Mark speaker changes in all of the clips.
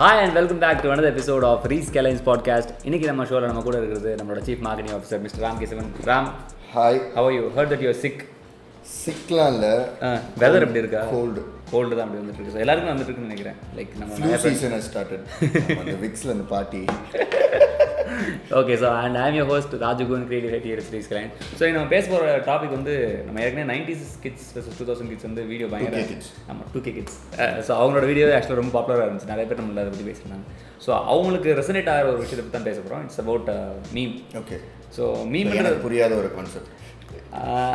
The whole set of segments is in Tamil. Speaker 1: Hi and welcome back to another episode of ரீஸ் கேலைன்ஸ் பாட்காஸ்ட் இன்னைக்கு நம்ம ஷோவில் நம்ம கூட இருக்கிறது நம்மளோட chief marketing officer mister Ram Kesavan Ram
Speaker 2: hi
Speaker 1: how you heard that you sick
Speaker 2: சிக்லாம் இல்லை
Speaker 1: வெதர் Uh, எப்படி இருக்கா
Speaker 2: கோல்டு
Speaker 1: கோல்டு தான் அப்படி வந்துட்டு இருக்கு எல்லாருக்கும் வந்துட்டு இருக்குன்னு நினைக்கிறேன் லைக் நம்ம
Speaker 2: ஃப்ளூ சீசன் ஸ்டார்டட் அந்த விக்ஸில் அந்த பாட்டி
Speaker 1: okay so and I'm your host ராஜகுன் கிரியேட்டிவ் ஹெட்டியர் ஸ்ரீஸ் கிளைன் ஸோ நம்ம பேச போகிற டாபிக் வந்து நம்ம ஏற்கனவே nineties kids two thousand kids வந்து வீடியோ பயங்கர
Speaker 2: kids.
Speaker 1: ஆமாம் two K kids so Uh, அவங்களோட வீடியோ ஆக்சுவலாக ரொம்ப பாப்புலராக இருந்துச்சு நிறைய பேர் நம்மள அதை பற்றி பேசியிருந்தாங்க ஸோ அவங்களுக்கு ரெசனேட் ஆகிற ஒரு விஷயத்தை பற்றி தான் பேச போகிறோம் it's about meme
Speaker 2: okay
Speaker 1: so meme
Speaker 2: எனக்கு புரியாத ஒரு கான்செப்ட்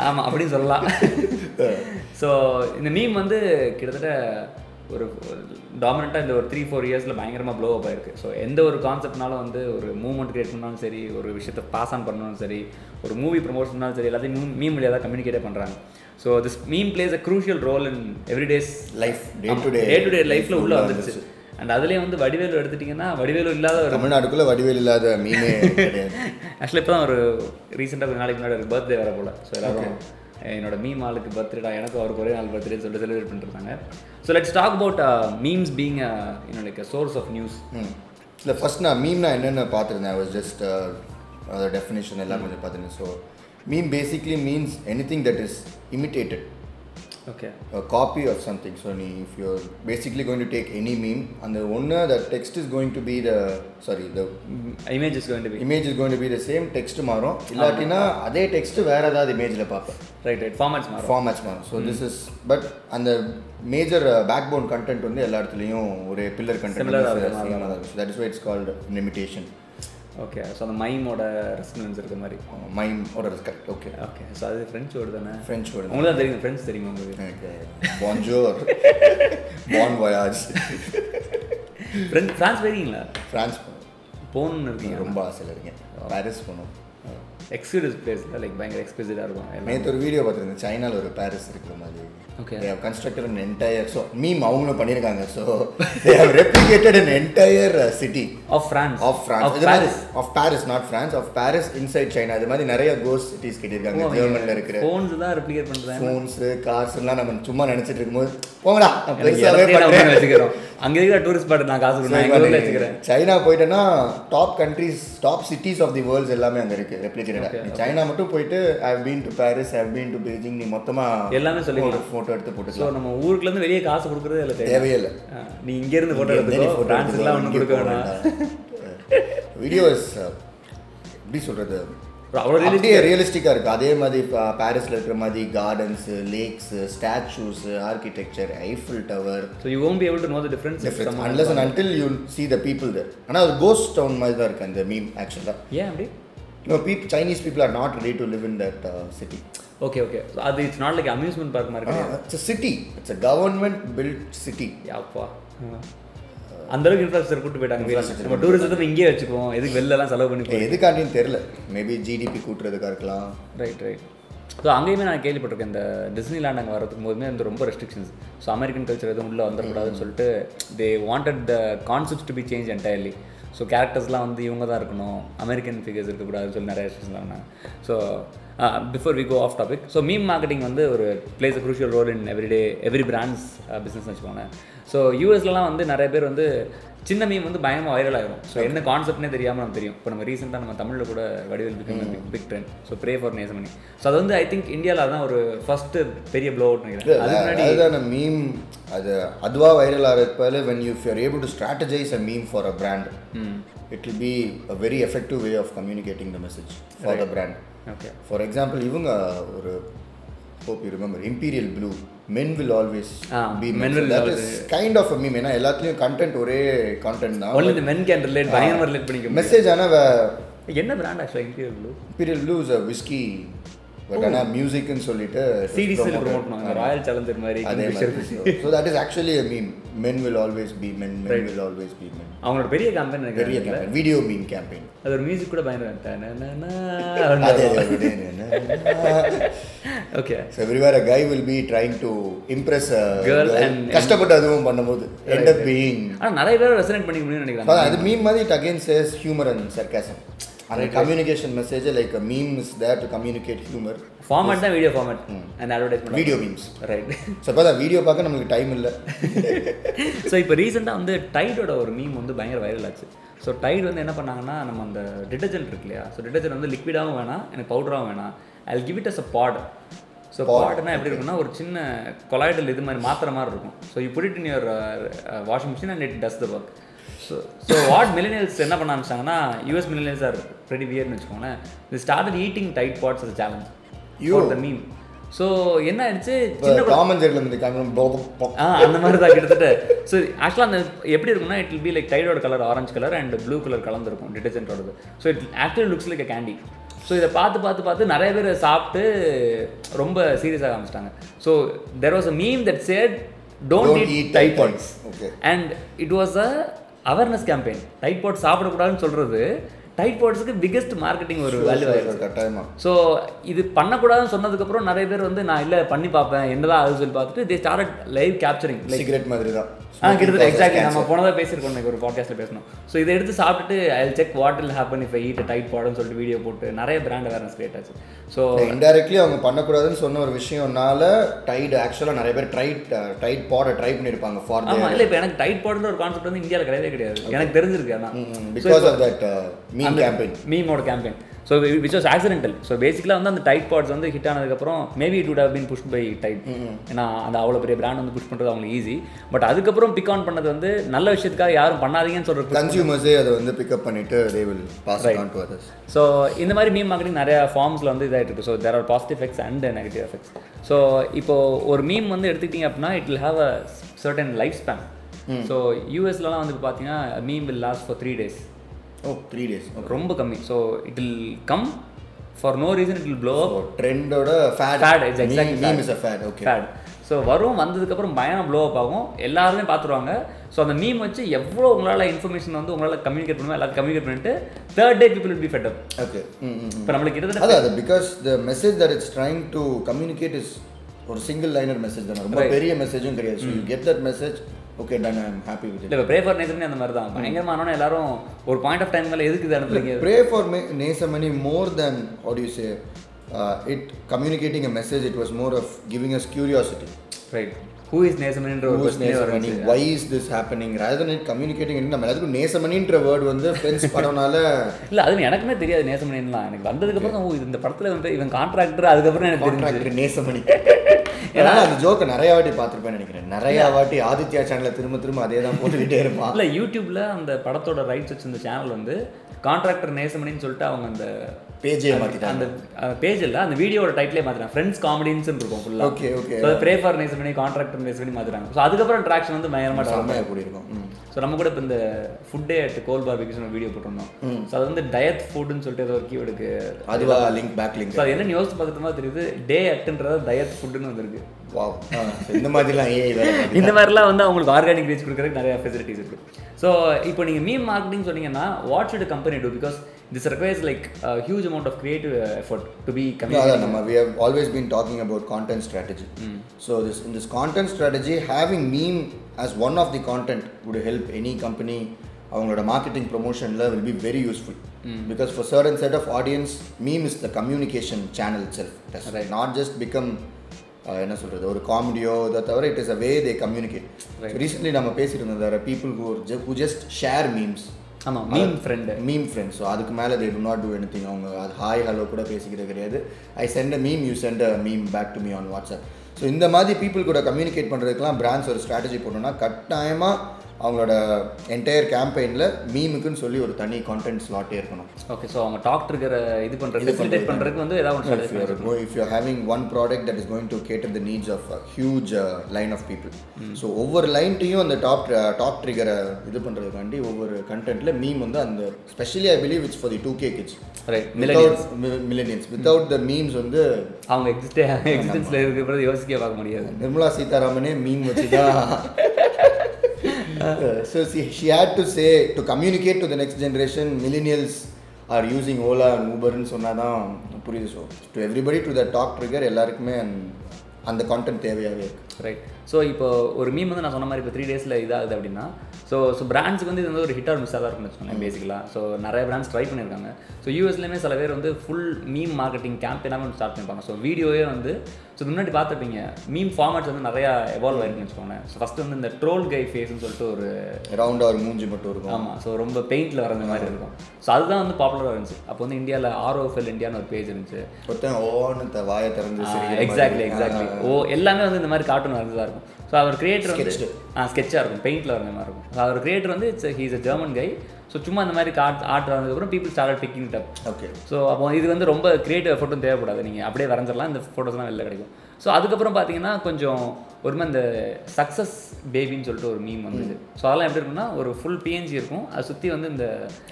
Speaker 1: ஆமாம் அப்படின்னு சொல்லலாம் ஸோ இந்த மீம் வந்து கிட்டத்தட்ட ஒரு டாமினண்ட்டாக இந்த ஒரு த்ரீ ஃபோர் இயர்ஸில் பயங்கரமாக ப்ளோ அப் ஆயிருக்கு ஸோ எந்த ஒரு கான்செப்ட்னாலும் வந்து ஒரு மூவ்மெண்ட் கிரியேட் பண்ணாலும் சரி ஒரு விஷயத்தை பாஸ் ஆன் பண்ணாலும் சரி ஒரு மூவி ப்ரமோட் பண்ணாலும் சரி எல்லாத்தையும் மீம் மீம் வழியாக தான் கம்யூனிகேட் பண்ணுறாங்க so this meme plays a crucial role in everyday's
Speaker 2: life day to day
Speaker 1: day to day லைஃப்பில் உள்ளே வந்துருச்சு அண்ட் அதுலேயே வந்து வடிவேலு எடுத்துட்டிங்கன்னா வடிவேலு இல்லாத ஒரு
Speaker 2: தமிழ்நாட்டுக்குள்ளே வடிவேல் இல்லாத மீனே கிடையாது
Speaker 1: ஆக்சுவலி இப்போ தான் ஒரு ரீசெண்டாக கொஞ்ச நாளைக்கு முன்னாடி பர்த்டே வர போல ஸோ எல்லாரும் என்னோட மீம் ஆளுக்கு பர்த்டேடா எனக்கும் அவருக்கு ஒரே நாள் பர்த்டேன்னு சொல்லிட்டு செலிப்ரேட் பண்ணிருக்காங்க so let's talk about memes being இன்னும் like source of news
Speaker 2: hmm இல்லை ஃபர்ஸ்ட் நான் மீம்னா என்னென்னு பார்த்துருந்தேன் ஐ வாஸ் ஜஸ்ட் uh, அதோட டெஃபினேஷன் எல்லாம் கொஞ்சம் பார்த்துருந்தேன் so meme basically means anything that is imitated
Speaker 1: okay
Speaker 2: a copy of something. So, நீ- if you're basically going to take any meme, and the owner, the text is going to be the sorry, the
Speaker 1: Mm, image is going to be
Speaker 2: image is going to be the same. Text மாறும் இல்லாட்டினா அதே டெக்ஸ்ட் வேற ஏதாவது இமேஜில் பார்ப்பேன்
Speaker 1: ரைட் ரைட் ஃபார்மேட்ஸ் மாறும்
Speaker 2: ஃபார்மேட்ஸ் மாறும் ஸோ திஸ் இஸ் பட் அந்த மேஜர் பேக்போன் கண்டென்ட் வந்து எல்லா இடத்துலையும் ஒரு பில்லர்
Speaker 1: Similar ஆ
Speaker 2: கண்டென்ட்
Speaker 1: இருக்கும்,
Speaker 2: that is why it's called limitation
Speaker 1: okay so அந்த மைமோட ரெஸ்பான்ஸ் இருக்க மாதிரி
Speaker 2: மைம் ஓட கரெக்ட் ஓகே
Speaker 1: ஓகே ஸோ அது ஃப்ரெஞ்ச் வேர்டு தானே
Speaker 2: ஃப்ரெஞ்ச் வேர்டு
Speaker 1: உங்களுக்கு தான் தெரியும் ஃப்ரெண்ட்ஸ் தெரியுமா உங்களுக்கு
Speaker 2: எனக்கு பான்ஜோர் பான் வயாஜ்
Speaker 1: ஃப்ரெண்ட் ஃப்ரான்ஸ் போயிருக்கீங்களா
Speaker 2: ஃப்ரான்ஸ்
Speaker 1: போகணும்னு Oh, இருக்கீங்க
Speaker 2: ரொம்ப ஆசையில் இருக்கேன் பாரிஸ் போகணும்
Speaker 1: எக்ஸ்க்ளூசிவ் பிளேஸில் லைக் பயங்கர எக்ஸ்க்ளூசிவாக இருக்கும்
Speaker 2: நேற்று ஒரு வீடியோ பார்த்துருந்தேன் சைனால ஒரு பாரிஸ் இருக்கிற மாதிரி
Speaker 1: Okay.
Speaker 2: They have constructed an entire so meme அவங்களும் பண்ணியிருக்காங்க so they have replicated an entire city
Speaker 1: of France
Speaker 2: of France இது மாதிரி
Speaker 1: Paris
Speaker 2: of Paris not France of Paris inside China இது மாதிரி நிறைய கோஸ் சிட்டிஸ்
Speaker 1: Oh,
Speaker 2: கட்டியிருக்காங்க ஜெர்மனில் இருக்கிற
Speaker 1: ஃபோன்ஸ் தான் ரெப்ளிகேட் பண்ணுறேன்
Speaker 2: ஃபோன்ஸு கார்ஸ் எல்லாம் நம்ம சும்மா நினச்சிட்டு இருக்கும்போது போங்கடா நான் பெருசாவே பண்றேன்.
Speaker 1: வச்சுக்கிறோம் அங்க இருக்கிற டூரிஸ்ட் ஸ்பாட் நான் காசு கொடுத்தேன் எங்க ஊர்ல வச்சுக்கிறேன்
Speaker 2: சைனா போயிட்டேன்னா top countries top cities of the world's எல்லாமே அங்கே இருக்கு ரெப்ளிகேட்டடாக நீ சைனா மட்டும் போயிட்டு I been to Paris I been to Beijing நீ மொத்தமாக
Speaker 1: எல்லாமே
Speaker 2: ஒரு
Speaker 1: சொல்லிக்கலாம்
Speaker 2: ஃபோட்டோ எடுத்து போட்டுக்கலாம்
Speaker 1: ஸோ நம்ம ஊருக்குல இருந்து வெளியே காசு கொடுக்குறது இல்லை தேவை
Speaker 2: தேவையே இல்லை
Speaker 1: ஆ, நீ இங்க இருந்து போட்டோ எடுத்துக்கோ பிரான்ஸ்லாம் ஒன்றும் கொடுக்க வேணாம்
Speaker 2: வீடியோஸ் uh, எப்படி சொல்றது
Speaker 1: ஒரு அவ்வளோ realistic-
Speaker 2: அப்படியே ரியலிஸ்டிக்காக இருக்குது அதே மாதிரி இப்போ பாரிஸில் இருக்கிற மாதிரி gardens lakes statues architecture Eiffel tower
Speaker 1: so you won't be able to know the difference if someone
Speaker 2: unless and until you see the people there ஆனால் அது கோஸ்ட் டவுன் மாதிரி தான் இருக்குது அந்த மீம் ஆக்சுவலாக
Speaker 1: ஏன் அப்படி
Speaker 2: இன்னும் peep Chinese people are not ready to live in that city
Speaker 1: okay okay அது it's not like amusement park மாதிரி கிடையாது.
Speaker 2: It's city it's a government built city
Speaker 1: அப்பா அந்த அளவுக்கு இன்ஃப்ராஸ்ட்ரக்சர் கூட்டு போயிட்டாங்க நம்ம டூரிசத்தை இங்கேயே வச்சுக்குவோம் எதுக்கு வெளில எல்லாம் செலவு பண்ணி போய்
Speaker 2: எதுக்காண்டின்னு தெரில மேபி ஜிடிபி கூட்டுறதுக்காக இருக்கலாம்
Speaker 1: ரைட் ரைட் ஸோ அங்கேயுமே நான் கேள்விப்பட்டிருக்கேன் இந்த டிஸ்னிலாண்ட் அங்கே வரதுக்கு போதுமே வந்து ரொம்ப ரெஸ்ட்ரிக்ஷன்ஸ் ஸோ அமெரிக்கன் கல்ச்சர் எதுவும் உள்ளே வந்துடக்கூடாதுன்னு சொல்லிட்டு they wanted the concepts to be change entirely so கேரக்டர்ஸ்லாம் வந்து இவங்க தான் இருக்கணும் அமெரிக்கன் ஃபிகர்ஸ் இருக்கக்கூடாதுன்னு சொல்லி நிறைய ரெஸ்ட்ரிக்ஷன்ஸ் வாங்கினாங்க so before we go off topic so meme marketing வந்து ஒரு place a crucial role in everyday every brands பிஸ்னஸ்னு வச்சுக்கோங்க ஸோ யூஎஸ்லலாம் வந்து நிறைய பேர் வந்து சின்ன மீம் வந்து பயமாக வைரல் ஆகிரும் ஸோ என்ன கான்செப்ட்னே தெரியாமல் நமக்கு தெரியும் இப்போ நம்ம ரீசெண்டாக நம்ம தமிழில் கூட Vadivel become big trend so pray for Nesamani so அது வந்து ஐ திங்க் இந்தியாவில் தான் ஒரு ஃபஸ்ட்டு பெரிய ப்ளோ அவுட் நினைக்கிறேன் அது
Speaker 2: அதுதான மீம் அது அதுவாக வைரல் ஆகிறதுக்கு when you fear able to strategize a meme for a brand it will be a very effective way of communicating the message for the brand
Speaker 1: okay
Speaker 2: for example இவங்க ஒரு hope you remember Imperial Blue men will always
Speaker 1: Ah,
Speaker 2: be
Speaker 1: men
Speaker 2: men
Speaker 1: will
Speaker 2: will that is kind of a meme ஏன்னா எல்லாத்துலேயும் கண்டென்ட் ஒரே கண்டென்ட் தான்
Speaker 1: ஒன்லி இந்த மென் கேன் ரிலேட் பயங்கரமாக ரிலேட் பண்ணிக்க முடியும்
Speaker 2: மெசேஜ் ஆனால்
Speaker 1: என்ன பிராண்ட் ஆக்சுவலாக interior blue
Speaker 2: Imperial Blue is a whisky but
Speaker 1: Oh.
Speaker 2: ஆனால் மியூசிக்னு சொல்லிட்டு
Speaker 1: சீரிஸில் ப்ரோமோட் பண்ணுவாங்க ராயல் சேலஞ்சர் மாதிரி
Speaker 2: அதே
Speaker 1: Kingfisher.
Speaker 2: மாதிரி so that is actually a meme men will always be men men will always be men
Speaker 1: அவங்களோட பெரிய கம்பெனி நினைக்கிறேன்
Speaker 2: பெரிய கேம்பெயின் வீடியோ மீம் கேம்பெயின்
Speaker 1: அது ஒரு மியூசிக் கூட
Speaker 2: அதே
Speaker 1: பயன்படுத்த okay
Speaker 2: so everywhere a guy will be trying to impress
Speaker 1: Girl and-
Speaker 2: கஷ்டப்பட்டு அதுவும் பண்ணும்போது எண்ட் அப் பீயிங்
Speaker 1: ஆனால் நிறைய பேர் ரெசனேட் பண்ணிக்க முடியும்னு நினைக்கிறேன்
Speaker 2: அது மீம் மாதிரி it again says humour and sarcasm And a communication message like a meme is there to communicate humor.
Speaker 1: Format தான் வீடியோ ஃபார்மேட் அந்த advertisement
Speaker 2: Video memes.
Speaker 1: Right
Speaker 2: So, but video பார்க்க நம்மளுக்கு டைம் இல்லை
Speaker 1: ஸோ இப்போ ரீசெண்டாக வந்து டைடோட ஒரு மீம் வந்து பயங்கர வைரல் ஆச்சு ஸோ டைட் வந்து என்ன பண்ணாங்கன்னா நம்ம அந்த டிட்டர்ஜென்ட் இருக்கு இல்லையா ஸோ டிட்டர்ஜென்ட் வந்து லிக்விடாகவும் வேணாம் எனக்கு பவுடராகவும் வேணாம் I give it as a pod so பாட்னா எப்படி இருக்கும்னா ஒரு சின்ன கொலாய்டல் இது மாதிரி மாத்திர மாதிரி இருக்கும் so you put it in your washing machine and it does the work so so what millennials என்ன பண்ண ஆரம்பிச்சாங்கன்னா யூஎஸ் மில்லினியல்ஸ் ஆர் pretty வியர்னு வச்சுக்கோங்களேன் தி started eating tight pods as challenge your the meme so என்ன ஆயிடுச்சு சின்ன
Speaker 2: காமன் ஜெரில் இருந்து காமிக்கும்
Speaker 1: ஆ அந்த மாதிரி தான் கிட்டத்தட்ட ஸோ ஆக்சுவலாக அந்த எப்படி இருக்கும்னா இட் will be லைக் டைடோட colour orange colour and blue colour கலந்துருக்கும் டிட்டர்ஜென்ட்டோடது so it actually looks like candy so இதை பார்த்து பார்த்து பார்த்து நிறைய பேர் சாப்பிட்டு ரொம்ப சீரியஸாக காமிச்சிட்டாங்க so there was a meme that said
Speaker 2: Don't
Speaker 1: don't
Speaker 2: eat
Speaker 1: eat
Speaker 2: Tide
Speaker 1: டைபாய்ட்ஸ்
Speaker 2: Pods. Okay.
Speaker 1: And it was a awareness campaign tight pod சாப்பிடக்கூடாதுன்னு சொல்கிறது டைட் பாட்ஸுக்கு பிக்கஸ்ட் மார்க்கெட்டிங் ஒரு வேல்யூ
Speaker 2: கட்டாயமா
Speaker 1: ஸோ இது பண்ணக்கூடாதுன்னு சொன்னதுக்கப்புறம் நிறைய பேர் வந்து நான் இல்லை பண்ணி பார்ப்பேன் என்னதான் அது சொல்லி பார்த்துட்டு they start live capturing like
Speaker 2: cigarette மாதிரி தான்
Speaker 1: ஆ கிட்டத்தட்ட எக்ஸாக்ட்லி நம்ம போனதாக பேசியிருக்கோம் இன்னைக்கு ஒரு பாட்காஸ்ட்டில் பேசணும் ஸோ இதை எடுத்து சாப்பிட்டுட்டு I check what will happen if I eat a Tide பாடுன்னு சொல்லிட்டு வீடியோ போட்டு நிறைய பிராண்ட் அவேர்னஸ் கிரியேட் ஆச்சு ஸோ
Speaker 2: இன்டெரக்ட்லி அவங்க பண்ணக்கூடாதுன்னு சொன்ன ஒரு விஷயம்னால டைட் ஆக்சுவலாக நிறைய பேர் uh, Tide Tide pod try பண்ணியிருப்பாங்க ஃபார்
Speaker 1: ஆமாம் இல்லை இப்போ எனக்கு டைட் பாடுன்ற ஒரு கான்செப்ட் வந்து இந்தியாவில் கிடையவே கிடையாது எனக்கு தெரிஞ்சிருக்கு ஆனால்
Speaker 2: Mm, because of that mean campaign
Speaker 1: மீமோட campaign so which was accidental so பேசிக்கலாக வந்து அந்த டைட் பாட்ஸ் வந்து ஹிட் ஆனதுக்கப்புறம் maybe it would have been pushed by Tide ஏன்னா அந்த அவ்வளோ பெரிய பிராண்ட் வந்து புஷ் பண்ணுறது அவங்களுக்கு ஈஸி பட் அதுக்கப்புறம் பிக் ஆன் பண்ணது வந்து நல்ல விஷயத்துக்காக யாரும் பண்ணாதீங்கன்னு சொல்கிற
Speaker 2: கன்சியூமர்ஸே அதை வந்து பிக்கப் பண்ணிட்டு they will pass on to others
Speaker 1: so இந்த மாதிரி மீம் மார்க்கெட்டிங் நிறைய ஃபார்ம்ஸில் வந்து இதாகிட்டு இருக்கு so there are positive effects and negative effects so இப்போ ஒரு மீம் வந்து எடுத்துக்கிட்டிங்க அப்படின்னா it will have a certain life span so யூஎஸ்லலாம் வந்து பார்த்தீங்கன்னா meme will last for three days
Speaker 2: oh three days
Speaker 1: ரொம்ப கம்மி so it will come for no reason it will blow
Speaker 2: Oh,
Speaker 1: up
Speaker 2: ட்ரெண்டோட fat
Speaker 1: Fad, it's exactly
Speaker 2: meme is a fad okay
Speaker 1: fad so வரும் வந்ததுக்கப்புறம் பயம் ப்ளோ அப் ஆகும் எல்லாருமே பார்த்துருவாங்க ஸோ அந்த மீம் வச்சு எவ்வளோ உங்களால் இன்ஃபர்மேஷன் வந்து உங்களால் கம்யூனிகேட் பண்ணுமோ எல்லாத்தையும் கம்யூனிகேட் பண்ணிட்டு third day people be fed
Speaker 2: okay ம் ம்
Speaker 1: இப்போ நம்மளுக்கு கிட்டத்தட்ட
Speaker 2: அது அது because the message that it's trying to communicate is ஒரு சிங்கிள் லைனர் மெசேஜ் தானே ரொம்ப பெரிய மெசேஜும் கிடையாது so you
Speaker 1: Mm.
Speaker 2: Get that message okay done I am happy with
Speaker 1: இல்லை இப்போ ப்ரே ஃபார் நேசம்னே அந்த மாதிரி தான் பயங்கரமானோன்னு எல்லாரும் ஒரு பாயிண்ட் ஆஃப் டைம் மேலே எதுக்கு இது அனுப்புறீங்க
Speaker 2: pray for May Nesamani more then add you say it communicating a message it was more of giving us curiosity
Speaker 1: right who is நேசம்ன்ற ஒரு
Speaker 2: Who's
Speaker 1: கொஸ்டினே
Speaker 2: நேசமணி
Speaker 1: வருது
Speaker 2: why is this happening rather than it communicating நம்ம எல்லாத்துக்கும் நேசமணின்ற வேர்ட் வந்து ஃப்ரெண்ட்ஸ் படம்னால
Speaker 1: இல்லை அது எனக்குமே தெரியாது நேசமணின்லாம் எனக்கு வந்ததுக்கப்புறம் தான், ஓ இது இந்த படத்தில் வந்து இவன் கான்ட்ராக்டர் அதுக்கப்புறம் எனக்கு தெரியும்
Speaker 2: கான்ட்ராக்டர் நேசமணி ஏன்னா அந்த ஜோக்கை நிறைய வாட்டி பார்த்துருப்பேன்னு நினைக்கிறேன் நிறைய வாட்டி ஆதித்யா சேனல்ல திரும்ப திரும்ப அதே தான் போட்டுக்கிட்டே இருப்பான்
Speaker 1: இல்லை யூடியூப்ல அந்த படத்தோட ரைட்ஸ் வச்சிருந்த சேனல் வந்து கான்ட்ராக்டர் நேசமணின்னு சொல்லிட்டு அவங்க அந்த
Speaker 2: பேஜே மாத்திட்டாங்க
Speaker 1: அந்த பேஜ் இல்லை அந்த வீடியோட டைட்டிலே மாத்திரம் ஃப்ரெண்ட்ஸ் காமெடின்ஸ் இருக்கும் ஃபுல்லாக
Speaker 2: okay okay
Speaker 1: so pray for Nesamani contractor Nesamani மாத்திராங்க ஸோ அதுக்கப்புறம் ட்ராக்ஷன் வந்து பயங்கரமாக
Speaker 2: செம்மையாக கூடியிருக்கும் ம்.
Speaker 1: ஸோ நம்ம கூட இப்போ இந்த ஃபுட்டே அட் கோல் பார்பிக்யூஸ் வீடியோ போட்டிருந்தோம் ஸோ அது வந்து டயட் ஃபுட்னு சொல்லிட்டு ஏதோ ஒரு கீவேர்டுக்கு
Speaker 2: அதுவா லிங்க் பேக் லிங்க்
Speaker 1: ஸோ அது என்ன யோசிச்சு பார்த்துட்டோமா தெரியுது டே அட்டுன்றது டயட் ஃபுட்னு வந்திருக்கு
Speaker 2: வாவ் இந்த மாதிரிலாம் ஏஐ வேலை பார்க்குது.
Speaker 1: இந்த மாதிரிலாம் வந்து அவங்களுக்கு ஆர்கானிக் ரீச் கொடுக்குறதுக்கு நிறைய ஃபெசிலிட்டிஸ் இருக்கு ஸோ இப்போ நீங்கள் மீம் மார்க்கெட்டிங் சொன்னீங்கன்னா what should company do because this requires like huge amount of creative effort to be
Speaker 2: No,
Speaker 1: communicate
Speaker 2: no, நம்ம we have always been talking about content strategy. So this in this content strategy, having meme as one of the content would help any company அவங்களோட marketing promotionல will be very useful. Because for certain set of audience, meme is the communication channel itself. That's right. Not just become ah, என்ன சொல்கிறது ஒரு காமெடியோ இதை தவிர it is a way they communicate recently நம்ம பேசிட்டு இருந்தோம் there are people who are who just share memes
Speaker 1: ஆமாம் meme friend
Speaker 2: meme friends so அதுக்கு மேலே they do not two anything அவங்க அது ஹாய் ஹலோ கூட பேசிக்கிறது கிடையாது I sent a meme you sent a meme back to me on WhatsApp so இந்த மாதிரி பீப்புள் கூட கம்யூனிகேட் பண்ணுறதுக்குலாம் பிராண்ட்ஸ் ஒரு ஸ்ட்ராட்டஜி போடணும்னா கட்டாயமாக அவங்களோட என்டையர் கேம்பெயினில் மீமுக்குன்னு சொல்லி ஒரு தனி கான்டென்ட் ஸ்லாட்டே இருக்கணும்
Speaker 1: ஓகே ஸோ அவங்க டாக்டர் இருக்கிற இது பண்ணுறது ஃபெசிலிட்டேட் பண்ணுறதுக்கு வந்து ஏதாவது ஒன்று
Speaker 2: if you are going, if you're having one product that is going to cater the needs of a huge uh, line of people so ஒவ்வொரு லைன்ட்டையும் அந்த டாப் டாப் ட்ரிகரை இது பண்ணுறதுக்காண்டி ஒவ்வொரு கண்டென்ட்ல மீம் வந்து அந்த specially I believe it's for the two K kids
Speaker 1: right
Speaker 2: without millennians without the memes வந்து
Speaker 1: அவங்க எக்ஸிஸ்டே எக்ஸிஸ்டன்ஸில் இருக்கிறது யோசிக்க பார்க்க முடியாது
Speaker 2: நிர்மலா சீதாராமனே மீம் வச்சு தான் so she she had to say to communicate to the next generation millennials are using Ola and ஊபர்னு சொன்னால் தான் புரியுது so to everybody to the talk trigger எல்லாருக்குமே அந்த- அந்த கான்டென்ட் தேவையாகவே இருக்கு
Speaker 1: ரைட் ஸோ இப்போ ஒரு மீம் வந்து நான் சொன்ன மாதிரி இப்போ த்ரீ டேஸில் இதாகுது அப்படின்னா ஸோ ஸோ பிராண்ட்ஸுக்கு வந்து இது வந்து ஒரு ஹிட் ஆர் மிஸ்ஸாக தான் இருக்கும்னு வச்சுக்கோங்களேன் பேசிக்கலாம் ஸோ நிறைய பிராண்ட்ஸ் ட்ரை பண்ணியிருக்காங்க ஸோ யூஎஸ்லேயுமே சில பேர் வந்து ஃபுல் மீம் மார்க்கெட்டிங் கேம்ப் எல்லாமே ஸ்டார்ட் பண்ணியிருப்பாங்க ஸோ வீடியோவே வந்து ஸோ இது முன்னாடி பார்த்துருப்பீங்க மீம் ஃபார்மேட்ஸ் வந்து நிறையா எவால்வ் ஆயிருக்குன்னு வச்சுக்கோங்களேன் ஸோ ஃபஸ்ட்டு வந்து இந்த ட்ரோல் கை ஃபேஸ்னு சொல்லிட்டு ஒரு
Speaker 2: ரவுண்டாக ஒரு மூஞ்சி மட்டும் இருக்கும்
Speaker 1: ஆமாம் ஸோ ரொம்ப பெயிண்டில் வரைஞ்ச மாதிரி இருக்கும் ஸோ அதுதான் வந்து பாப்புலராக இருந்துச்சு அப்போ வந்து இந்தியாவில் ஆர்ஓஎஃப்எல் இந்தியான்னு ஒரு பேஜ் இருந்துச்சு
Speaker 2: ஒருத்தன் ஓன்னு த- வாயை திறந்து சிரிக்கிற
Speaker 1: எக்ஸாக்ட்லி
Speaker 2: மாதிரி.
Speaker 1: எக்ஸாக்ட்லி ஓ எல்லாமே வந்து இந்த மாதிரி கார்ட்டூன் வரதா இருக்கும் ஸோ அவர் கிரியேட்டர் வந்து ஆ ஸ்கெட்சாக இருக்கும் பெயிண்டில் வர மாதிரி இருக்கும் ஸோ அவர் கிரியேட்டர் வந்து it's he's a German guy so சும்மா இந்த மாதிரி கார்ட் ஆர்ட் வந்ததுக்கப்புறம் people start picking dub
Speaker 2: okay
Speaker 1: so அப்போ இது வந்து ரொம்ப கிரியேட்டிவ் ஃபோட்டோ தேவைப்படாது நீங்கள் அப்படியே வரைஞ்சிடலாம் இந்த ஃபோட்டோஸ்லாம் வெளில கிடைக்கும் ஸோ அதுக்கப்புறம் பார்த்தீங்கன்னா கொஞ்சம் ஒரு மாதிரி இந்த சக்ஸஸ் பேபின்னு சொல்லிட்டு ஒரு மீம் வந்துச்சு ஸோ அதெல்லாம் எப்படி இருக்கும்னா ஒரு ஃபுல் பிஎன்ஜி இருக்கும் அதை சுற்றி வந்து இந்த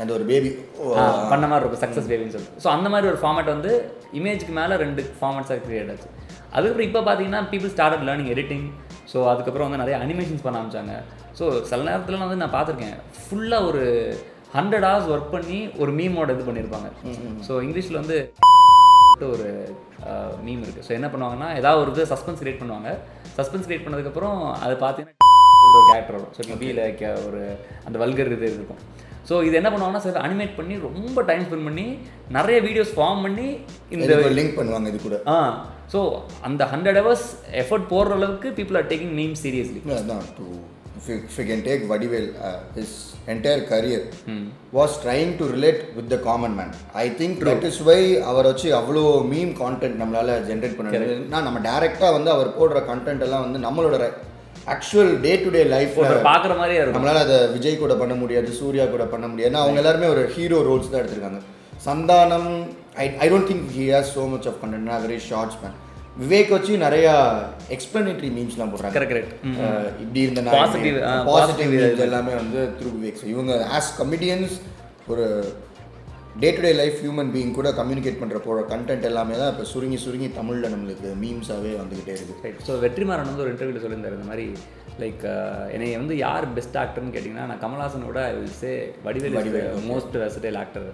Speaker 2: அந்த ஒரு பேபி
Speaker 1: ஆ, பண்ண மாதிரி இருக்கும் சக்ஸஸ் வேவ்னு சொல்லிட்டு ஸோ அந்த மாதிரி ஒரு ஃபார்மேட் வந்து இமேஜ்க்கு மேலே ரெண்டு ஃபார்மேட்ஸாக கிரியேட் ஆச்சு அதுக்கப்புறம் இப்போ பார்த்தீங்கன்னா people start learning editing so அதுக்கப்புறம் வந்து நிறைய அனிமேஷன்ஸ் பண்ண ஆரம்பிச்சாங்க ஸோ சில நேரத்தில் வந்து நான் பார்த்துருக்கேன் ஃபுல்லாக ஒரு ஹண்ட்ரட் ஹவர்ஸ் ஒர்க் பண்ணி ஒரு மீமோட இது பண்ணியிருப்பாங்க ஸோ இங்கிலீஷில் வந்து சொல்லிட்டு ஒரு மீம் இருக்குது ஸோ என்ன பண்ணுவாங்கன்னா ஏதாவது ஒரு இது சஸ்பென்ஸ் கிரியேட் பண்ணுவாங்க சஸ்பென்ஸ் கிரியேட் பண்ணதுக்கப்புறம் அதை பார்த்தீங்கன்னா சொல்லிட்டு ஒரு கேரக்டர் வரும் ஸோ பி லைக் ஒரு அந்த வல்கர் இது இருக்கும் ஸோ இது என்ன பண்ணுவாங்கன்னா சார் அனிமேட் பண்ணி ரொம்ப டைம் ஸ்பெண்ட் பண்ணி நிறைய வீடியோஸ் ஃபார்ம் பண்ணி இந்த
Speaker 2: லிங்க் பண்ணுவாங்க இது கூட
Speaker 1: ஆ ஸோ அந்த ஹண்ட்ரட் ஹவர்ஸ் எஃபர்ட் போடுற அளவுக்கு people are taking meme seriously
Speaker 2: No, no, to if you, if you can take Vadivel, uh, his entire career was trying to relate with the common man. I think that is why அவர் வச்சு அவ்வளோ மீம் கான்டென்ட் நம்மளால ஜென்ரேட் பண்ண முடியும் ஏன்னா நம்ம டேரெக்டாக வந்து அவர் போடுற கான்டென்ட் எல்லாம் வந்து நம்மளோட actual day to day life
Speaker 1: பார்க்குற மாதிரியே இருக்கும்
Speaker 2: நம்மளால அதை விஜய் கூட பண்ண முடியாது சூர்யா கூட பண்ண முடியாது ஏன்னா அவங்க எல்லாருமே ஒரு ஹீரோ ரோல்ஸ் தான் எடுத்திருக்காங்க Santhanam I I don't think he has so much of content very shorts man Vivek வச்சு நிறையா எக்ஸ்பிளனேட்டரி மீம்ஸ்லாம் போடுறாங்க
Speaker 1: கரெக்ட் கரெக்ட் ம்
Speaker 2: அஹ் இப்படி இருந்த
Speaker 1: Positive, ஆ, positive
Speaker 2: பாசிட்டிவ் எல்லாமே வந்து த்ரூ விவேக் So, இவங்க ஆஸ் கமெடியன்ஸ் ஒரு day to day life human being கூட கம்யூனிகேட் பண்ணுற போகிற கண்டென்ட் எல்லாமே தான் இப்போ சுருங்கி சுருங்கி தமிழில் நம்மளுக்கு மீம்ஸாகவே வந்துக்கிட்டே இருக்குது
Speaker 1: ரைட் ஸோ வெற்றிமாறன் வந்து ஒரு இன்டர்வியூவில் சொல்லியிருந்தார் இந்த மாதிரி லைக் என்னை வந்து யார் பெஸ்ட் ஆக்டர்னு கேட்டிங்கன்னா நான் கமல்ஹாசனோட say Vadivel most versatile actor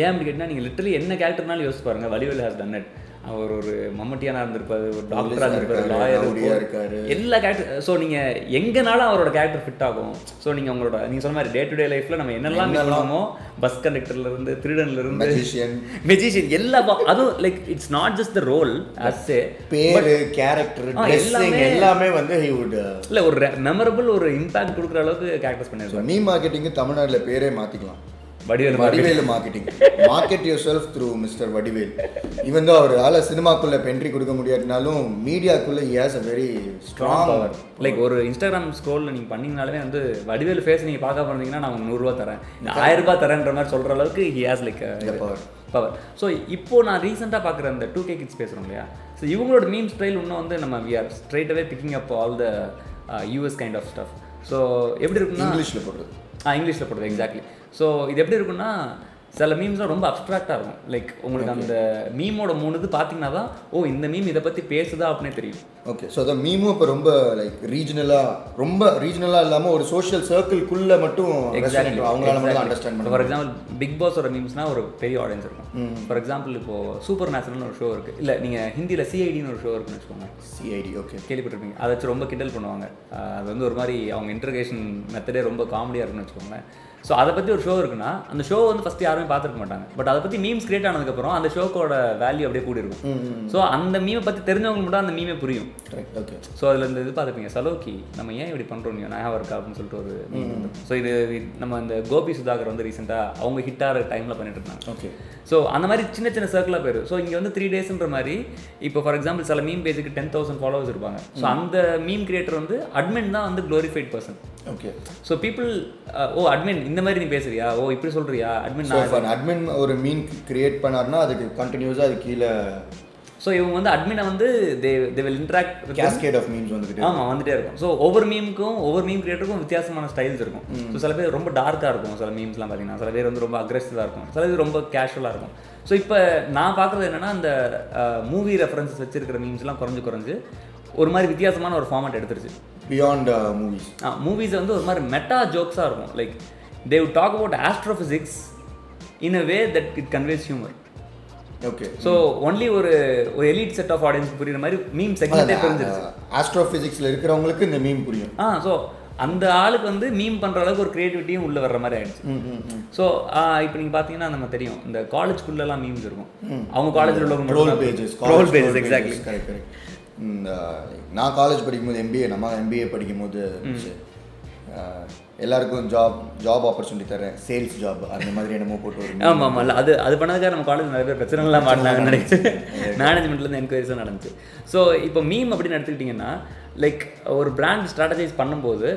Speaker 1: ஏன் அப்படி கேட்டிங்கன்னா நீங்கள் லிட்டரலி என்ன கேரக்டர்னாலும் யோசிச்சு பாருங்க வடிவேல் ஹாஸ் டன் இட் அவர் ஒரு மம்முட்டியானா இருந்திருப்பாரு ஒரு டாக்டராக இருந்திருப்பாரு
Speaker 2: இருக்காரு, rowdy-ஆ
Speaker 1: லாயர்
Speaker 2: இருக்காரு
Speaker 1: எல்லா கேரக்டர் ஸோ நீங்கள் எங்கனாலும் அவரோட கேரக்டர் ஃபிட் ஆகும் ஸோ நீங்கள் உங்களோட நீங்கள் சொன்ன மாதிரி டே டு டே லைஃப்பில் நம்ம என்னெல்லாம் meet பண்ணுவோமோ பஸ் கண்டக்டர்லேருந்து திருடன்லேருந்து
Speaker 2: மெஜிஷியன்
Speaker 1: மெஜிஷியன் எல்லா பா- அதுவும் like it's not just the role as a
Speaker 2: பேரு கேரக்டர்
Speaker 1: ஆ,
Speaker 2: ட்ரெஸ்ஸிங்
Speaker 1: எல்லாமே-
Speaker 2: எல்லாமே வந்து ஹி வுட்
Speaker 1: இல்லை ஒரு மெமரபிள் ஒரு இம்பாக்ட் கொடுக்குற அளவுக்கு கேரக்டர்ஸ் பண்ணியிருக்காங்க
Speaker 2: மீ மார்க்கெட்டிங்கு தமிழ்நாட்டில் பேரே மாற்றிக்கலாம்
Speaker 1: வடிவேல் மாதிரி
Speaker 2: Vadivelu marketing market yourself through mister Vadivel இவன் தான் அவரால் சினிமாக்குள்ளே பென்ட்ரி கொடுக்க முடியாட்டினாலும் மீடியாக்குள்ளே he has a very strong
Speaker 1: power like ஒரு இன்ஸ்டாகிராம் ஸ்க்ரோலில் நீங்கள் பண்ணீங்கனாலுமே வந்து வடிவேல் ஃபேஸ் நீங்கள் பார்க்க போனீங்கன்னா நான் உங்களுக்கு நூறுரூவா தரேன் நான் ஆயிரம் ரூபாய் தரேன்ற மாதிரி சொல்கிற அளவுக்கு he has like
Speaker 2: power.
Speaker 1: Power so இப்போ நான் ரீசெண்டாக பார்க்குற அந்த டூ கே கிட்ஸ் பேசுகிறோம் இல்லையா ஸோ இவங்களோட மீம் ஸ்டைல் இன்னும் வந்து நம்ம we are straight away picking up all the US kind of stuff so எப்படி இருக்குன்னா
Speaker 2: இங்கிலீஷில் போடுறது
Speaker 1: ஆ இங்கிலீஷில் போடுது எக்ஸாக்ட்லி ஸோ இது எப்படி இருக்குன்னா சில மீம்ஸ்லாம் ரொம்ப அப்ட்ராக்டாக இருக்கும் லைக் உங்களுக்கு அந்த மீமோட மூணு இது பார்த்தீங்கன்னா தான் ஓ இந்த மீம் இதை பற்றி பேசுதா அப்படின்னே தெரியும்
Speaker 2: ஓகே ஸோ அதான் மீமும் இப்போ ரொம்ப லைக் ரீஜனலாக ரொம்ப ரீஜனலாக இல்லாமல் ஒரு சோஷியல் சர்க்கிள்குள்ளே மட்டும் resonate ஆகும். அவங்களால மட்டும் அண்டர்ஸ்டாண்ட்
Speaker 1: ஃபார் எக்ஸாம்பிள் பிக் பாஸோட மீம்ஸ்னா ஒரு பெரிய ஆடியன்ஸ் இருக்கும் ஃபார் எக்ஸாம்பிள் இப்போ சூப்பர் நேச்சுரல்னு ஒரு ஷோ இருக்குது இல்லை நீங்கள் ஹிந்தியில் சிஐடின்னு ஒரு ஷோ இருக்குன்னு வச்சுக்கோங்க
Speaker 2: சிஐடி ஓகே
Speaker 1: கேள்விப்பட்டிருப்பீங்க அதை வச்சு ரொம்ப கிண்டல் பண்ணுவாங்க ஆஹ் அது வந்து ஒரு மாதிரி அவங்க இன்டர்கேஷன் மெத்தடே ரொம்ப காமெடியாக இருக்குன்னு வச்சுக்கோங்களேன் ஸோ அதை பற்றி ஒரு ஷோ இருக்குன்னா அந்த ஷோ வந்து ஃபஸ்ட்டு யாருமே பார்த்துருக்க மாட்டாங்க பட் அதை பற்றி மீம்ஸ் கிரியேட் ஆனதுக்கப்புறம் அந்த ஷோக்கோட வேல்யூ அப்படியே கூடி இருக்கும் ஸோ அந்த மீமை பற்றி தெரிஞ்சவங்க மட்டும் அந்த மீமே புரியும்
Speaker 2: கரெக்ட் ஓகே
Speaker 1: ஸோ அதில் இந்த இது பார்த்துப்பீங்க சலோக்கி நம்ம ஏன் இப்படி பண்ணுறோம் நான் இருக்கா அப்படின்னு சொல்லிட்டு ஒரு ஸோ இது இது- நம்ம இந்த கோபி சுதாகர் வந்து ரீசெண்டாக அவங்க ஹிட்டாகிற டைமில் பண்ணிட்டு இருந்தாங்க
Speaker 2: ஓகே
Speaker 1: ஸோ அந்த மாதிரி சின்ன சின்ன சர்க்கிளாக போயிடும் ஸோ இங்கே வந்து த்ரீ டேஸ்ன்ற மாதிரி இப்போ ஃபார் எக்ஸாம்பிள் சில மீம் பேஜுக்கு டென் தௌசண்ட் ஃபாலோவர்ஸ் இருப்பாங்க ஸோ அந்த மீம் கிரியேட்டர் வந்து அட்மின் தான் வந்து glorified person
Speaker 2: okay
Speaker 1: so people oh admin uh, oh, இந்த மாதிரி நீ பேசுறியா ஓ இப்படி சொல்றியா அட்மின்
Speaker 2: ஸோ இப்போ அட்மின் ஒரு மீன் கிரியேட் பண்ணாருன்னா அதுக்கு கண்டினியூஸாக அது கீழே
Speaker 1: ஸோ இவங்க வந்து அட்மினை வந்து they they will interact
Speaker 2: cascade of means வந்துக்கிட்டு
Speaker 1: ஆமாம் வந்துட்டே இருக்கும் ஸோ ஒவ்வொரு மீமுக்கும் ஒவ்வொரு மீம் கிரியேட்டருக்கும் வித்தியாசமான ஸ்டைல்ஸ் இருக்கும் ஸோ சில பேர் ரொம்ப டார்க்காக இருக்கும் சில மீம்ஸ்லாம் பார்த்தீங்கன்னா சில பேர் வந்து ரொம்ப அக்ரெசிவாக இருக்கும் சில பேர் ரொம்ப கேஷுவலாக இருக்கும் ஸோ இப்போ நான் பார்க்குறது என்னன்னா அந்த மூவி ரெஃபரன்சஸ் வச்சிருக்கிற மீம்ஸ்லாம் குறைஞ்சு குறைஞ்சு ஒரு மாதிரி வித்தியாசமான ஒரு ஃபார்மேட் எடுத்துருச்சு
Speaker 2: பியாண்ட் மூவிஸ்
Speaker 1: மூவிஸ் வந்து ஒரு மாதிரி மெட்டா ஜோக்ஸாக இருக்கும் like they would talk about astrophysics in a way that it conveys humour
Speaker 2: okay
Speaker 1: so only ஒரு ஒரு elite set
Speaker 2: Uh,
Speaker 1: of audience புரியுற மாதிரி மீம் செக்மெண்ட்டே தெரிஞ்சிருச்சு
Speaker 2: ஆஸ்ட்ரோஃபிசிக்ஸில் இருக்கிறவங்களுக்கு இந்த மீம் புரியும்
Speaker 1: ஆ ஸோ அந்த ஆளுக்கு வந்து மீம் பண்ற அளவுக்கு ஒரு கிரியேட்டிவிட்டியும் உள்ள வர்ற மாதிரி ஆயிடுச்சு ஸோ இப்போ நீங்கள் பார்த்தீங்கன்னா நம்ம தெரியும் இந்த காலேஜ்குள்ளெல்லாம் மீம்ஸ் இருக்கும் அவங்க காலேஜில் உள்ளவங்க
Speaker 2: troll pages
Speaker 1: roll pages exactly
Speaker 2: correct correct இந்த Mm, uh, நான் காலேஜ் படிக்கும்போது எம்பிஏ நம்ம எம்பிஏ படிக்கும்போது சரி, அஹ், எல்லாருக்கும் ஜாப் ஜாப் ஆப்பர்ச்சுனிட்டி தரேன் சேல்ஸ் ஜாப் அந்த மாதிரி என்னமோ போட்டு ஒரு
Speaker 1: ஆமாம் ஆமாம் இல்லை அது அது பண்ணதுக்காக நம்ம காலேஜ் நிறைய பேர் பிரச்சனைலாம் மாட்டினாங்க நினைச்சு மேனேஜ்மெண்ட்லேருந்து என்கொயரிஸும் நடந்துச்சு ஸோ இப்போ மீம் அப்படின்னு எடுத்துக்கிட்டிங்கன்னா லைக் ஒரு பிராண்ட் ஸ்ட்ராட்டஜைஸ் பண்ணும்போது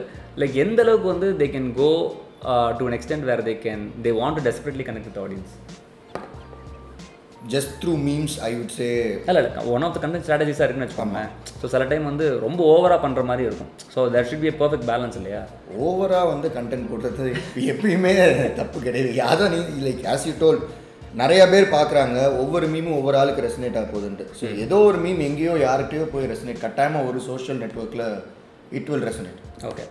Speaker 1: லைக் எந்த அளவுக்கு வந்து they can go to uh, an extent where they can they want to desperately connect with audience
Speaker 2: just through memes I would say
Speaker 1: இல்லை இல்லை ஒன் ஆஃப் த கண்டென்ட் ஸ்ட்ராட்டஜிஸாக இருக்குன்னு வச்சுக்கோங்க ஸோ சில டைம் வந்து ரொம்ப ஓவராக பண்ணுற மாதிரி இருக்கும் so there should be perfect balance இல்லையா
Speaker 2: ஓவராக வந்து கண்டென்ட் போடுறது எப்பயுமே தப்பு கிடையாது யாரோ நீ லைக் ஆஸ் யூ டோல் நிறைய பேர் பார்க்குறாங்க ஒவ்வொரு மீமும் ஒவ்வொரு ஆளுக்கு ரெசனேட் ஆக போகுதுன்ட்டு ஸோ ஏதோ ஒரு மீம் எங்கேயோ யார்கிட்டயோ போய் ரெசனேட் கட்டாயமாக ஒரு சோஷியல் நெட்ஒர்க்கில் it will resonate
Speaker 1: okay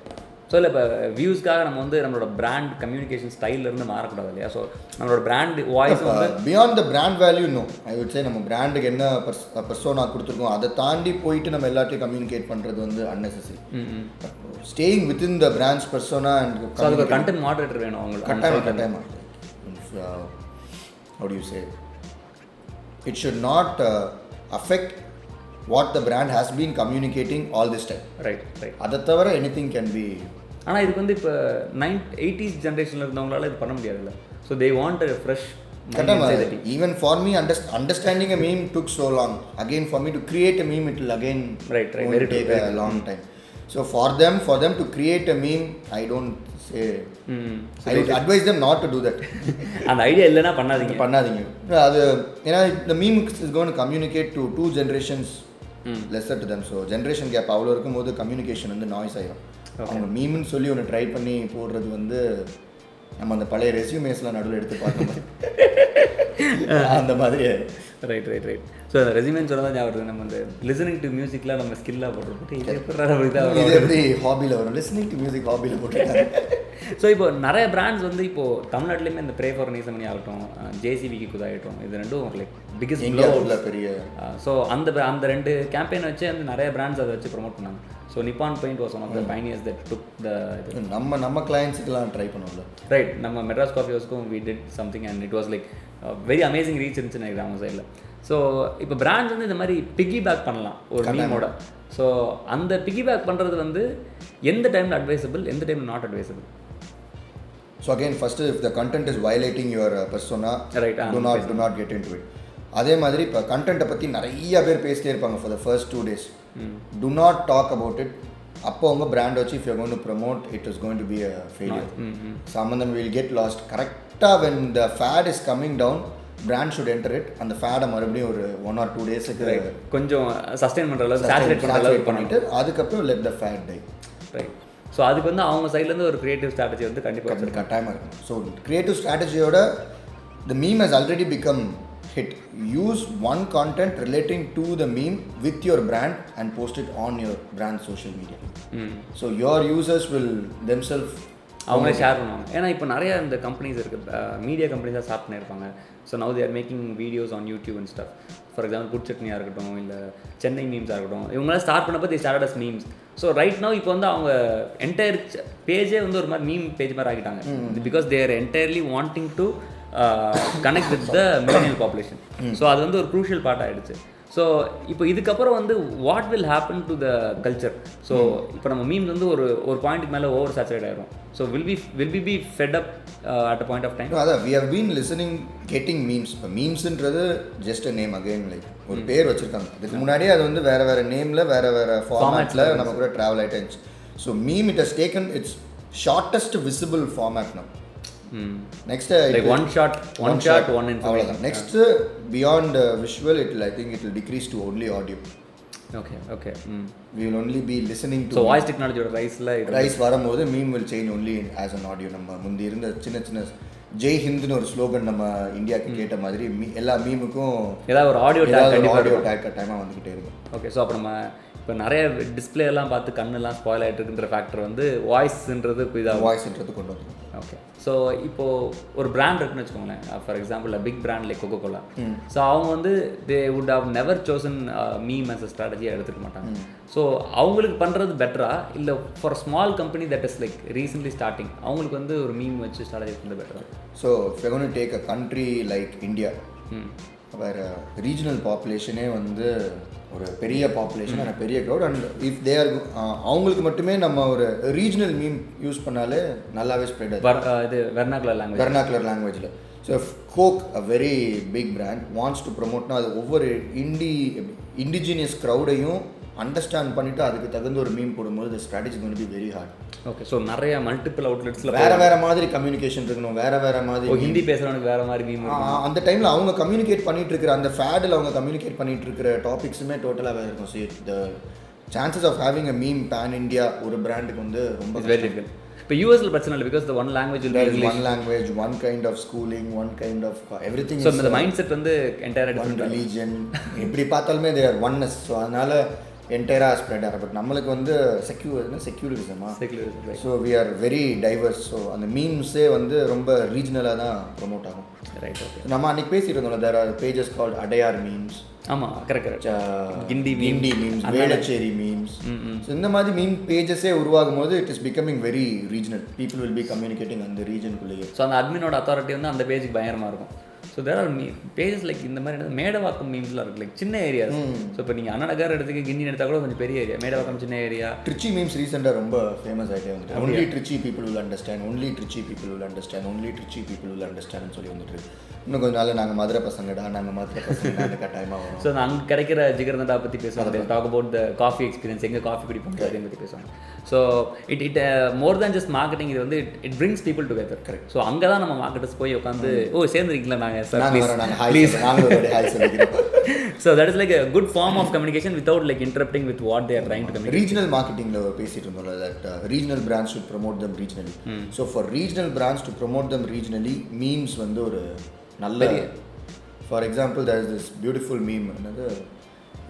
Speaker 1: so இல்லை இப்போ வியூஸ்க்காக நம்ம வந்து நம்மளோட பிராண்ட் கம்யூனிகேஷன் ஸ்டைல்லேருந்து மாறக்கூடாது இல்லையா ஸோ நம்மளோட பிராண்ட் வாய்ஸ் வந்து
Speaker 2: beyond the brand value no I would say நம்ம பிராண்டுக்கு என்ன பர்ஸ் பர்சோனா கொடுத்துருக்கோம் அதை தாண்டி போயிட்டு நம்ம எல்லாத்தையும் கம்யூனிகேட் பண்ணுறது வந்து unnecessary staying within the brand's persona
Speaker 1: so அதுக்கு ஒரு
Speaker 2: அண்ட்
Speaker 1: கண்டென்ட் மாடரேட்டர் வேணும் அவங்களுக்கு
Speaker 2: கட்டாயமா கட்டாயமா uh, how you say it should not affect what the brand has been communicating all this time
Speaker 1: right right
Speaker 2: அதை தவிர எனி திங் கேன் பி
Speaker 1: ஆனால் இதுக்கு வந்து இப்போ நைன் எயிட்டிஸ் ஜென்ரேஷனில் இருந்தவங்களால இது பண்ண முடியாதுல்ல ஸோ தே வாண்ட் ஃப்ரெஷ்
Speaker 2: கட்டாயமாக even for me அண்டர்ஸ் understanding a meme took so long again for me to create a meme it will again
Speaker 1: Right, right. Very
Speaker 2: will
Speaker 1: true,
Speaker 2: take a long time so for them for them to create a meme i don't say i would advise them not to do that
Speaker 1: அந்த ஐடியா இல்லைன்னா பண்ணாதீங்க
Speaker 2: பண்ணாதீங்க அது ஏன்னா இந்த meme is gonna communicate to two generations lesser to them so generation gap அவ்வளோ இருக்கும்போது கம்யூனிகேஷன் வந்து நாய்ஸ் ஆயிரும் அவங்க மீம்னு சொல்லி ஒன்று ட்ரை பண்ணி போடுறது வந்து நம்ம அந்த பழைய ரெசியூமேஸ்லாம் நடுவில் எடுத்து பார்க்கணும் அந்த மாதிரி ஆயிரும்.
Speaker 1: ரைட் ரைட் ரைட் ஸோ அந்த ரெசிமென்ட் சொல்ல தான் ஞாபகம் வருது. நம்ம இந்த லிசனிங் டு மியூசிக்லாம் நம்ம ஸ்கில்லாக போட்டுருப்போம் இது எப்படி இதாக
Speaker 2: இது எப்படி ஹாபியில் வரும் லிஸ்னிங் டு மியூசிக் ஹாபியில் போட்டுருக்காங்க
Speaker 1: ஸோ இப்போ நிறைய பிராண்ட்ஸ் வந்து இப்போ தமிழ்நாட்டிலையுமே இந்த பிரே ஃபார் நீசமணி ஆகட்டும் ஜேசிபிக்கு குதாகட்டும் இது ரெண்டும் லைக் பிகஸ்ட்
Speaker 2: இந்தியாவுக்குள்ள பெரிய
Speaker 1: ஸோ அந்த அந்த ரெண்டு கேம்பெயின் வச்சு அந்த நிறைய பிராண்ட்ஸ் அதை வச்சு ப்ரோமோட் பண்ணாங்க so Nippon paint was one of the pioneers that took the இது
Speaker 2: நம்ம நம்ம கிளைண்ட்ஸுக்கெல்லாம் ட்ரை பண்ணுவோம்ல
Speaker 1: ரைட் நம்ம மெட்ராஸ் காஃபி ஹவுஸ்க்கும் we did something and it was like very amazing reach இருந்துச்சு நினைக்கிறேன் அவங்க சைடில் ஸோ இப்போ பிராண்ட்ஸ் வந்து இந்த மாதிரி பிக்கி பேக் பண்ணலாம் ஒரு மீமோட ஸோ அந்த பிக்கி பேக் பண்ணுறது வந்து எந்த டைமில் அட்வைசபிள் எந்த டைமில் not advisable
Speaker 2: so again first if the content is violating your persona
Speaker 1: right
Speaker 2: to not to not get into it அதே மாதிரி இப்போ கண்டென்ட்டை பற்றி நிறைய பேர் பேசிட்டே இருப்பாங்க for the first two days to not talk about it அப்போ உங்க பிராண்ட் வச்சு if you cone to promote it is going to be a failure சம்மந்தம் வில் கெட் லாஸ்ட் கரெக்டாக when the fad is coming down brand should enter it அந்த ஃபேடை மறுபடியும் ஒரு ஒன் ஆர் டூ டேஸுக்கு
Speaker 1: கொஞ்சம் சஸ்டெயின் பண்ணுற அளவுக்கு சேச்சுரேட் பண்ணுற அளவுக்கு பண்ணணும்
Speaker 2: பண்ணிட்டு அதுக்கப்புறம் let the fad die
Speaker 1: right so அதுக்கு வந்து அவங்க சைட்லேருந்து ஒரு கிரியேட்டிவ் ஸ்ட்ராட்டஜி வந்து கண்டிப்பாக
Speaker 2: அது கட்டாயமாக இருக்கும் ஸோ கிரியேட்டிவ் ஸ்ட்ராட்டஜியோட the meme has already become hit use one content relating to the meme with your brand and post it on your brand social media so your users will themselves
Speaker 1: அவங்களே ஷேர் பண்ணுவாங்க ஏன்னா இப்போ நிறைய இந்த கம்பெனிஸ் இருக்குது மீடியா கம்பெனிஸாக ஸ்டார்ட் பண்ணியிருப்பாங்க so now they're making videos on YouTube and stuff for example good சட்னியாக இருக்கட்டும் இல்லை சென்னை மீம்ஸாக இருக்கட்டும் இவங்களாம் ஸ்டார்ட் பண்ணப்போ தி started memes so right now இப்போ வந்து அவங்க என்டையர் பேஜே வந்து ஒரு மாதிரி மீம் பேஜ் மாதிரி ஆகிட்டாங்க because they're entirely wanting to connect with the millennial population so அது வந்து ஒரு க்ரூஷியல் பார்ட் ஆகிடுச்சு ஸோ இப்போ இதுக்கப்புறம் வந்து what will happen to the culture so இப்போ நம்ம மீம்ஸ் வந்து ஒரு ஒரு பாயிண்ட்டுக்கு மேலே ஓவர் சேச்சுரேட் ஆயிரும் so will be will be be fed up at a point of time
Speaker 2: அதான் we have been listening getting memes இப்போ மீம்ஸ்ன்றது just a name again like ஒரு பேர் வச்சுருக்காங்க இதுக்கு முன்னாடியே அது வந்து வேறு வேறு நேமில் வேறு வேறு ஃபார்மேட்டில் நம்ம கூட ட்ராவல் ஆகிட்டே இருந்துச்சு so meme it has taken its shortest visible format now
Speaker 1: Hmm.
Speaker 2: next uh, it
Speaker 1: like
Speaker 2: will-
Speaker 1: one shot one shot one information
Speaker 2: அவ்வளோதான் next beyond visual it I think it will decrease to only audio
Speaker 1: okay okay
Speaker 2: we will only be listening
Speaker 1: so
Speaker 2: to
Speaker 1: voice டெக்னாலஜியோட ரைஸில் இது
Speaker 2: ரைஸ் வரும்போது meme will change only as an audio நம்ம முந்தி இருந்த சின்ன சின்ன ஜெய் ஹிந்துன்னு ஒரு ஸ்லோகன் நம்ம இந்தியாவுக்கு கேட்ட மாதிரி மீ எல்லா மீமுக்கும்
Speaker 1: ஏதாவது ஒரு ஆடியோ டேக்
Speaker 2: ஏதாவது
Speaker 1: கண்டிப்பாக
Speaker 2: ஆடியோ டேக் கட்டாயமாக வந்துக்கிட்டே இருக்கும்
Speaker 1: ஓகே ஸோ அப்போ நம்ம இப்போ நிறைய display எல்லாம் பார்த்து கண்ணெல்லாம் ஸ்பாயில் ஆகிட்டு இருக்குன்ற ஃபேக்டர் வந்து வாய்ஸ்ன்றது இதாகும்
Speaker 2: வாய்ஸ்ன்றது கொண்டு வந்துருக்கோம்
Speaker 1: ஓகே ஸோ இப்போ ஒரு பிராண்ட் இருக்குன்னு வச்சுக்கோங்களேன் Uh, for example big brand like Coca Cola so அவங்க வந்து they would have never chosen meme uh, as a ஸ்ட்ராட்டஜியாக எடுத்துக்க மாட்டாங்க ஸோ அவங்களுக்கு பண்ணுறது பெட்டரா இல்லை for small company that is like recently starting அவங்களுக்கு வந்து ஒரு மீம் வச்சு ஸ்ட்ராட்டஜி பண்ணுறது பெட்டரா
Speaker 2: so going to take a country like India
Speaker 1: ம்
Speaker 2: வேறு ரீஜனல் பாப்புலேஷனே வந்து ஒரு பெரிய பாப்புலேஷன் ஆனால் பெரிய க்ரௌட் அண்ட் இஃப் தேர் அவங்களுக்கு மட்டுமே நம்ம ஒரு ரீஜனல் மீம் யூஸ் பண்ணாலே நல்லாவே ஸ்ப்ரெட் ஆகுது
Speaker 1: வர்- அஹ் uh, இது வெர்னாக்குலர் லாங்குவேஜ்
Speaker 2: வெர்னாக்குலர் லாங்குவேஜில் so Coke a very big brand wants to ப்ரொமோட்னா அது ஒவ்வொரு இண்டி இண்டிஜினியஸ் க்ரௌடையும் அண்டர்ஸ்டாண்ட் பண்ணிவிட்டு அதுக்கு தகுந்த ஒரு மீம் போடும்போது ஸ்ட்ராட்டஜி வந்து be very hard
Speaker 1: okay so நிறைய மல்டிபிள் அவுட்லெட்ஸில்
Speaker 2: வேற வேற மாதிரி கம்யூனிகேஷன் இருக்கணும் வேற வேற மாதிரி
Speaker 1: ஹிந்தி பேசுகிறவனுக்கு வேற மாதிரி மீம்
Speaker 2: ஆ, அந்த டைமில் அவங்க கம்யூனிகேட் பண்ணிட்டு இருக்கிற அந்த ஃபேடில் அவங்க கம்யூனிகேட் பண்ணிட்டு இருக்கிற டாபிக்ஸுமே டோட்டலாக வேறு இருக்கும் so the chances of having a meme pan India ஒரு பிராண்டுக்கு வந்து ரொம்ப
Speaker 1: இட்ஸ் வெரி டிஃபிகல்ட் இப்போ யூஎஸ்ல பிரச்சனை இல்லை because the one language English
Speaker 2: one language one kind of schooling one kind of everything
Speaker 1: so இந்த மைண்ட் செட் வந்து என்டையராக
Speaker 2: ஒன்
Speaker 1: டிஃப்ரெண்ட்
Speaker 2: ரிலீஜன் uh, எப்படி பார்த்தாலுமே தேர் ஒன்னஸ் ஸோ அதனால என்டையராக ஸ்ப்ரெட் ஆகிற பட் நம்மளுக்கு வந்து செக்யூர் செக்யூரிசமா
Speaker 1: secular
Speaker 2: so we are very divorce so அந்த மீம்ஸே வந்து ரொம்ப ரீஜனலாக தான் ப்ரொமோட் ஆகும்
Speaker 1: ரைட் ஓகே
Speaker 2: நம்ம அன்னைக்கு பேசியிருந்தோம்ல there are pages called Adyar memes
Speaker 1: ஆமாம் correct correct Guindy
Speaker 2: Guindy
Speaker 1: memes.
Speaker 2: Guindy memes Velachery memes so இந்த மாதிரி மீம் பேஜஸே உருவாகும் போது it is becoming very regional people will be communicating அந்த ரீஜனுக்குள்ளேயே
Speaker 1: ஸோ அந்த அட்மினோட அத்தாரிட்டி வந்து அந்த பேஜுக்கு பயங்கரமாக இருக்கும் so there are meme pages like இந்த மாதிரி என்னது மேடவாக்கம் மீம்ஸ்லாம் இருக்கு லைக் சின்ன ஏரியா ஸோ இப்போ நீங்கள் அண்ணநகர் எடுத்துக்க கிண்டி எடுத்தா கூட கொஞ்சம் பெரிய ஏரியா மேடவாக்கம் சின்ன ஏரியா
Speaker 2: ட்ரிச்சி மீம்ஸ் ரீசெண்டாக ரொம்ப ஃபேமஸ் ஆகிட்டே வந்துட்டு only Trichy people will understand only Trichy people will understand only Trichy people will அண்டர்ஸ்டாண்ட்னு சொல்லி வந்துட்டு இருக்கு. இன்னும் கொஞ்ச நாள் நாங்கள் மதுரை பசங்கடா நாங்கள் மதுரை பசங்க கட்டாயமாக வரும்
Speaker 1: ஸோ அங்கே கிடைக்கிற ஜிகர்னதா பற்றி பேசுவாங்க talk about the coffee experience எங்கே காஃபி குடிப்பாங்க அதையும் பற்றி பேசுவாங்க so it it more uh, than just marketing இது வந்து it it brings people together correct so அங்கே தான் நம்ம மார்க்கெட்டர்ஸ் போய் உட்காந்து ஓ சேர்ந்துருக்கீங்களா நாங்கள் சார்
Speaker 2: நாங்கள் வரோம் நாங்கள் ஹாய் நாங்கள் ஹாய் சொல்லிக்கிறோம்
Speaker 1: so that is like a good form of communication without லைக் interrupting with what they are trying to communicate
Speaker 2: regional மார்க்கெட்டிங்கில் பேசிட்டு இருந்தோம்ல uh, that regional brands to promote them regionally so for regional brands to promote them regionally memes வந்து ஒரு நல்ல for example there is this beautiful meme என்னது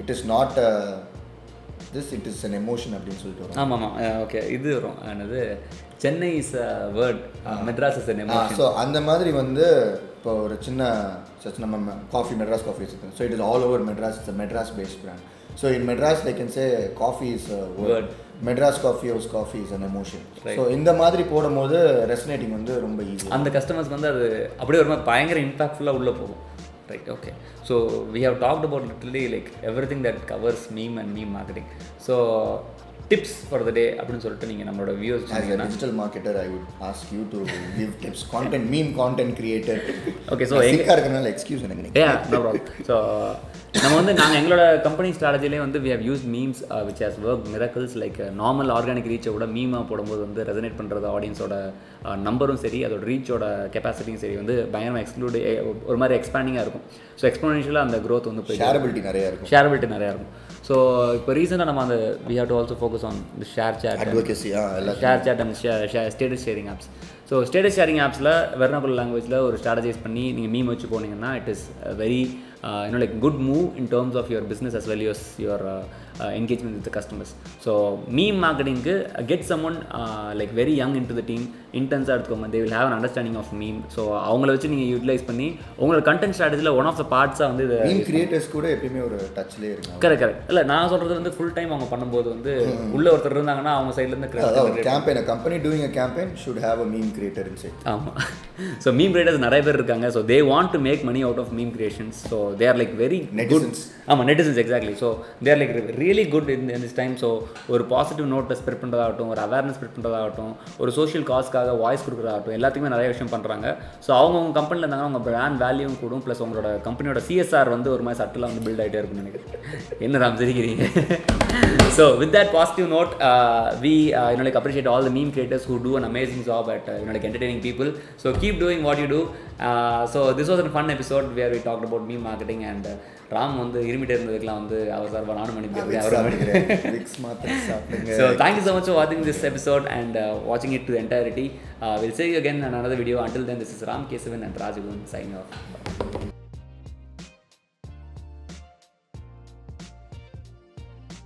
Speaker 2: it is not this it is an emotion அப்படின்னு சொல்லிட்டு வரும்
Speaker 1: ஆமாம் ஆமாம் ஓகே இது வரும் என்னது Chennai is a word Madras is an
Speaker 2: so அந்த மாதிரி வந்து இப்போ ஒரு சின்ன சச் நம்ம காஃபி மெட்ராஸ் காஃபி வச்சுருக்கோம் so it is all over Madras it's Madras based brand so in Madras they can say coffee is
Speaker 1: Word.
Speaker 2: Word Madras coffee house coffee is an emotion so இந்த மாதிரி போடும்போது ரெசனேட்டிங் வந்து ரொம்ப ஈஸி
Speaker 1: அந்த கஸ்டமர்ஸ் வந்து அது அப்படியே ஒரு மாதிரி பயங்கர இம்பாக்ட்ஃபுல்லாக உள்ளே போகும் right okay so we have talked about literally like everything that covers meme and meme marketing so tips for the day அப்படின்னு சொல்லிட்டு நீங்கள் நம்மளோட views
Speaker 2: As a digital marketer, I would ask you to give tips. Content, meme content creator.
Speaker 1: Okay so
Speaker 2: நான் sick ஆ இருக்கறனால excuse எனக்கு நீங்க.
Speaker 1: ஏ ஸோ நம்ம வந்து நாங்கள் எங்களோட கம்பெனி ஸ்ட்ராட்டஜிலே வந்து we have use memes which has work miracles like normal organic ரீச்சை விட மீமாக போடும்போது வந்து ரெசனேட் பண்ணுறது ஆடியன்ஸோட நம்பரும் uh, சரி அதோட ரீச்சோட கெப்பாசிட்டியும் சரி வந்து பயங்கரமாக எக்ஸ்க்ளூடு ஒரு மாதிரி எக்ஸ்பேண்டிங்காக இருக்கும் ஸோ எக்ஸ்போனென்ஷியலாக அந்த growth வந்து போய்
Speaker 2: Shareability நிறைய இருக்கும்.
Speaker 1: ஷேரபிலிட்டி நிறையா இருக்கும் ஸோ இப்போ ரீசெண்டாக நம்ம அந்த we have to also focus on the share chat
Speaker 2: Advocacy, ஆ, எல்லாத்தையும்.
Speaker 1: Share chat and status sharing apps so status sharing ஆப்ஸில் வெர்னாக்குலர் லாங்குவேஜில் ஒரு ஸ்ட்ராட்டஜைஸ் பண்ணி நீங்கள் மீம் வச்சு போனீங்கன்னா இட் இஸ் வெரி இன்னும் like good move in terms of your business as well use your engagement with customers so meme மார்க்கெட்டிங்க்கு get someone like very young into the team இன்டென்ஸாக எடுத்துக்கோங்க they will have an understanding of meme so அவங்கள வச்சு நீங்கள் யூட்டிலைஸ் பண்ணி உங்களோட கண்டென்ட் ஸ்ட்ராட்டஜியில் ஒன் ஆஃப் த பார்ட்ஸாக வந்து இதை
Speaker 2: Meme creators கூட எப்பயுமே ஒரு டச்லேயே இருக்காங்க
Speaker 1: கரெக்ட் கரெக்ட் இல்லை நான் சொல்றது வந்து ஃபுல் டைம் அவங்க பண்ணும்போது வந்து உள்ள ஒருத்தர் இருந்தாங்கன்னா அவங்க சைட்லேருந்து
Speaker 2: அதான் ஒரு Oh, campaign, a company doing a campaign should have a meme creator inside.
Speaker 1: ஆமாம் ஸோ மீம் கிரியேட்டர்ஸ் நிறைய பேர் இருக்காங்க so they want to make money out of meme creations so they are like very
Speaker 2: Netizens.
Speaker 1: ஆமாம் netizens exactly so there like really good in this time so ஒரு பாசிட்டிவ் நோட்டை ஸ்ப்ரெட் பண்ணுறதாகட்டும் ஒரு அவேர்னஸ் ஸ்ப்ரெட் பண்ணுறதாகட்டும் ஒரு சோஷியல் காஸ்க்காக வாய்ஸ் கொடுக்குறதாகட்டும் எல்லாத்துக்குமே நிறைய விஷயம் பண்ணுறாங்க ஸோ அவங்கவுங்க கம்பெனியில் இருந்தாங்கன்னா உங்கள் பிராண்ட் வேல்யூவும் கூடும் ப்ளஸ் உங்களோட கம்பெனியோட சிஎஸ்ஆர் வந்து ஒரு மாதிரி சட்டிலாக வந்து பில்ட் ஆகிட்டே இருக்கும்னு நினைக்கிறேன் என்ன ராம் சிரிக்கிறீங்க so with that positive note we like appreciate all the meme creators who do an amazing job at like entertaining people so keep doing what you do so this was an fun episode where we talk about meme marketing and Ram வந்து இருமிட்டே இருந்ததுக்கெல்லாம் வந்து அவர் சார்பாக நானும் அனுப்பியிருக்கேன் அவரும்
Speaker 2: சாப்பிடுகிறேன். Vicks மாத்திரை சாப்பிடுங்க.
Speaker 1: So thank you so much for watching this episode and uh, watching it to the entirety. Uh, we'll see you again in another video. Until then, this is Ram Kesavan and Rajagun signing off. Bye.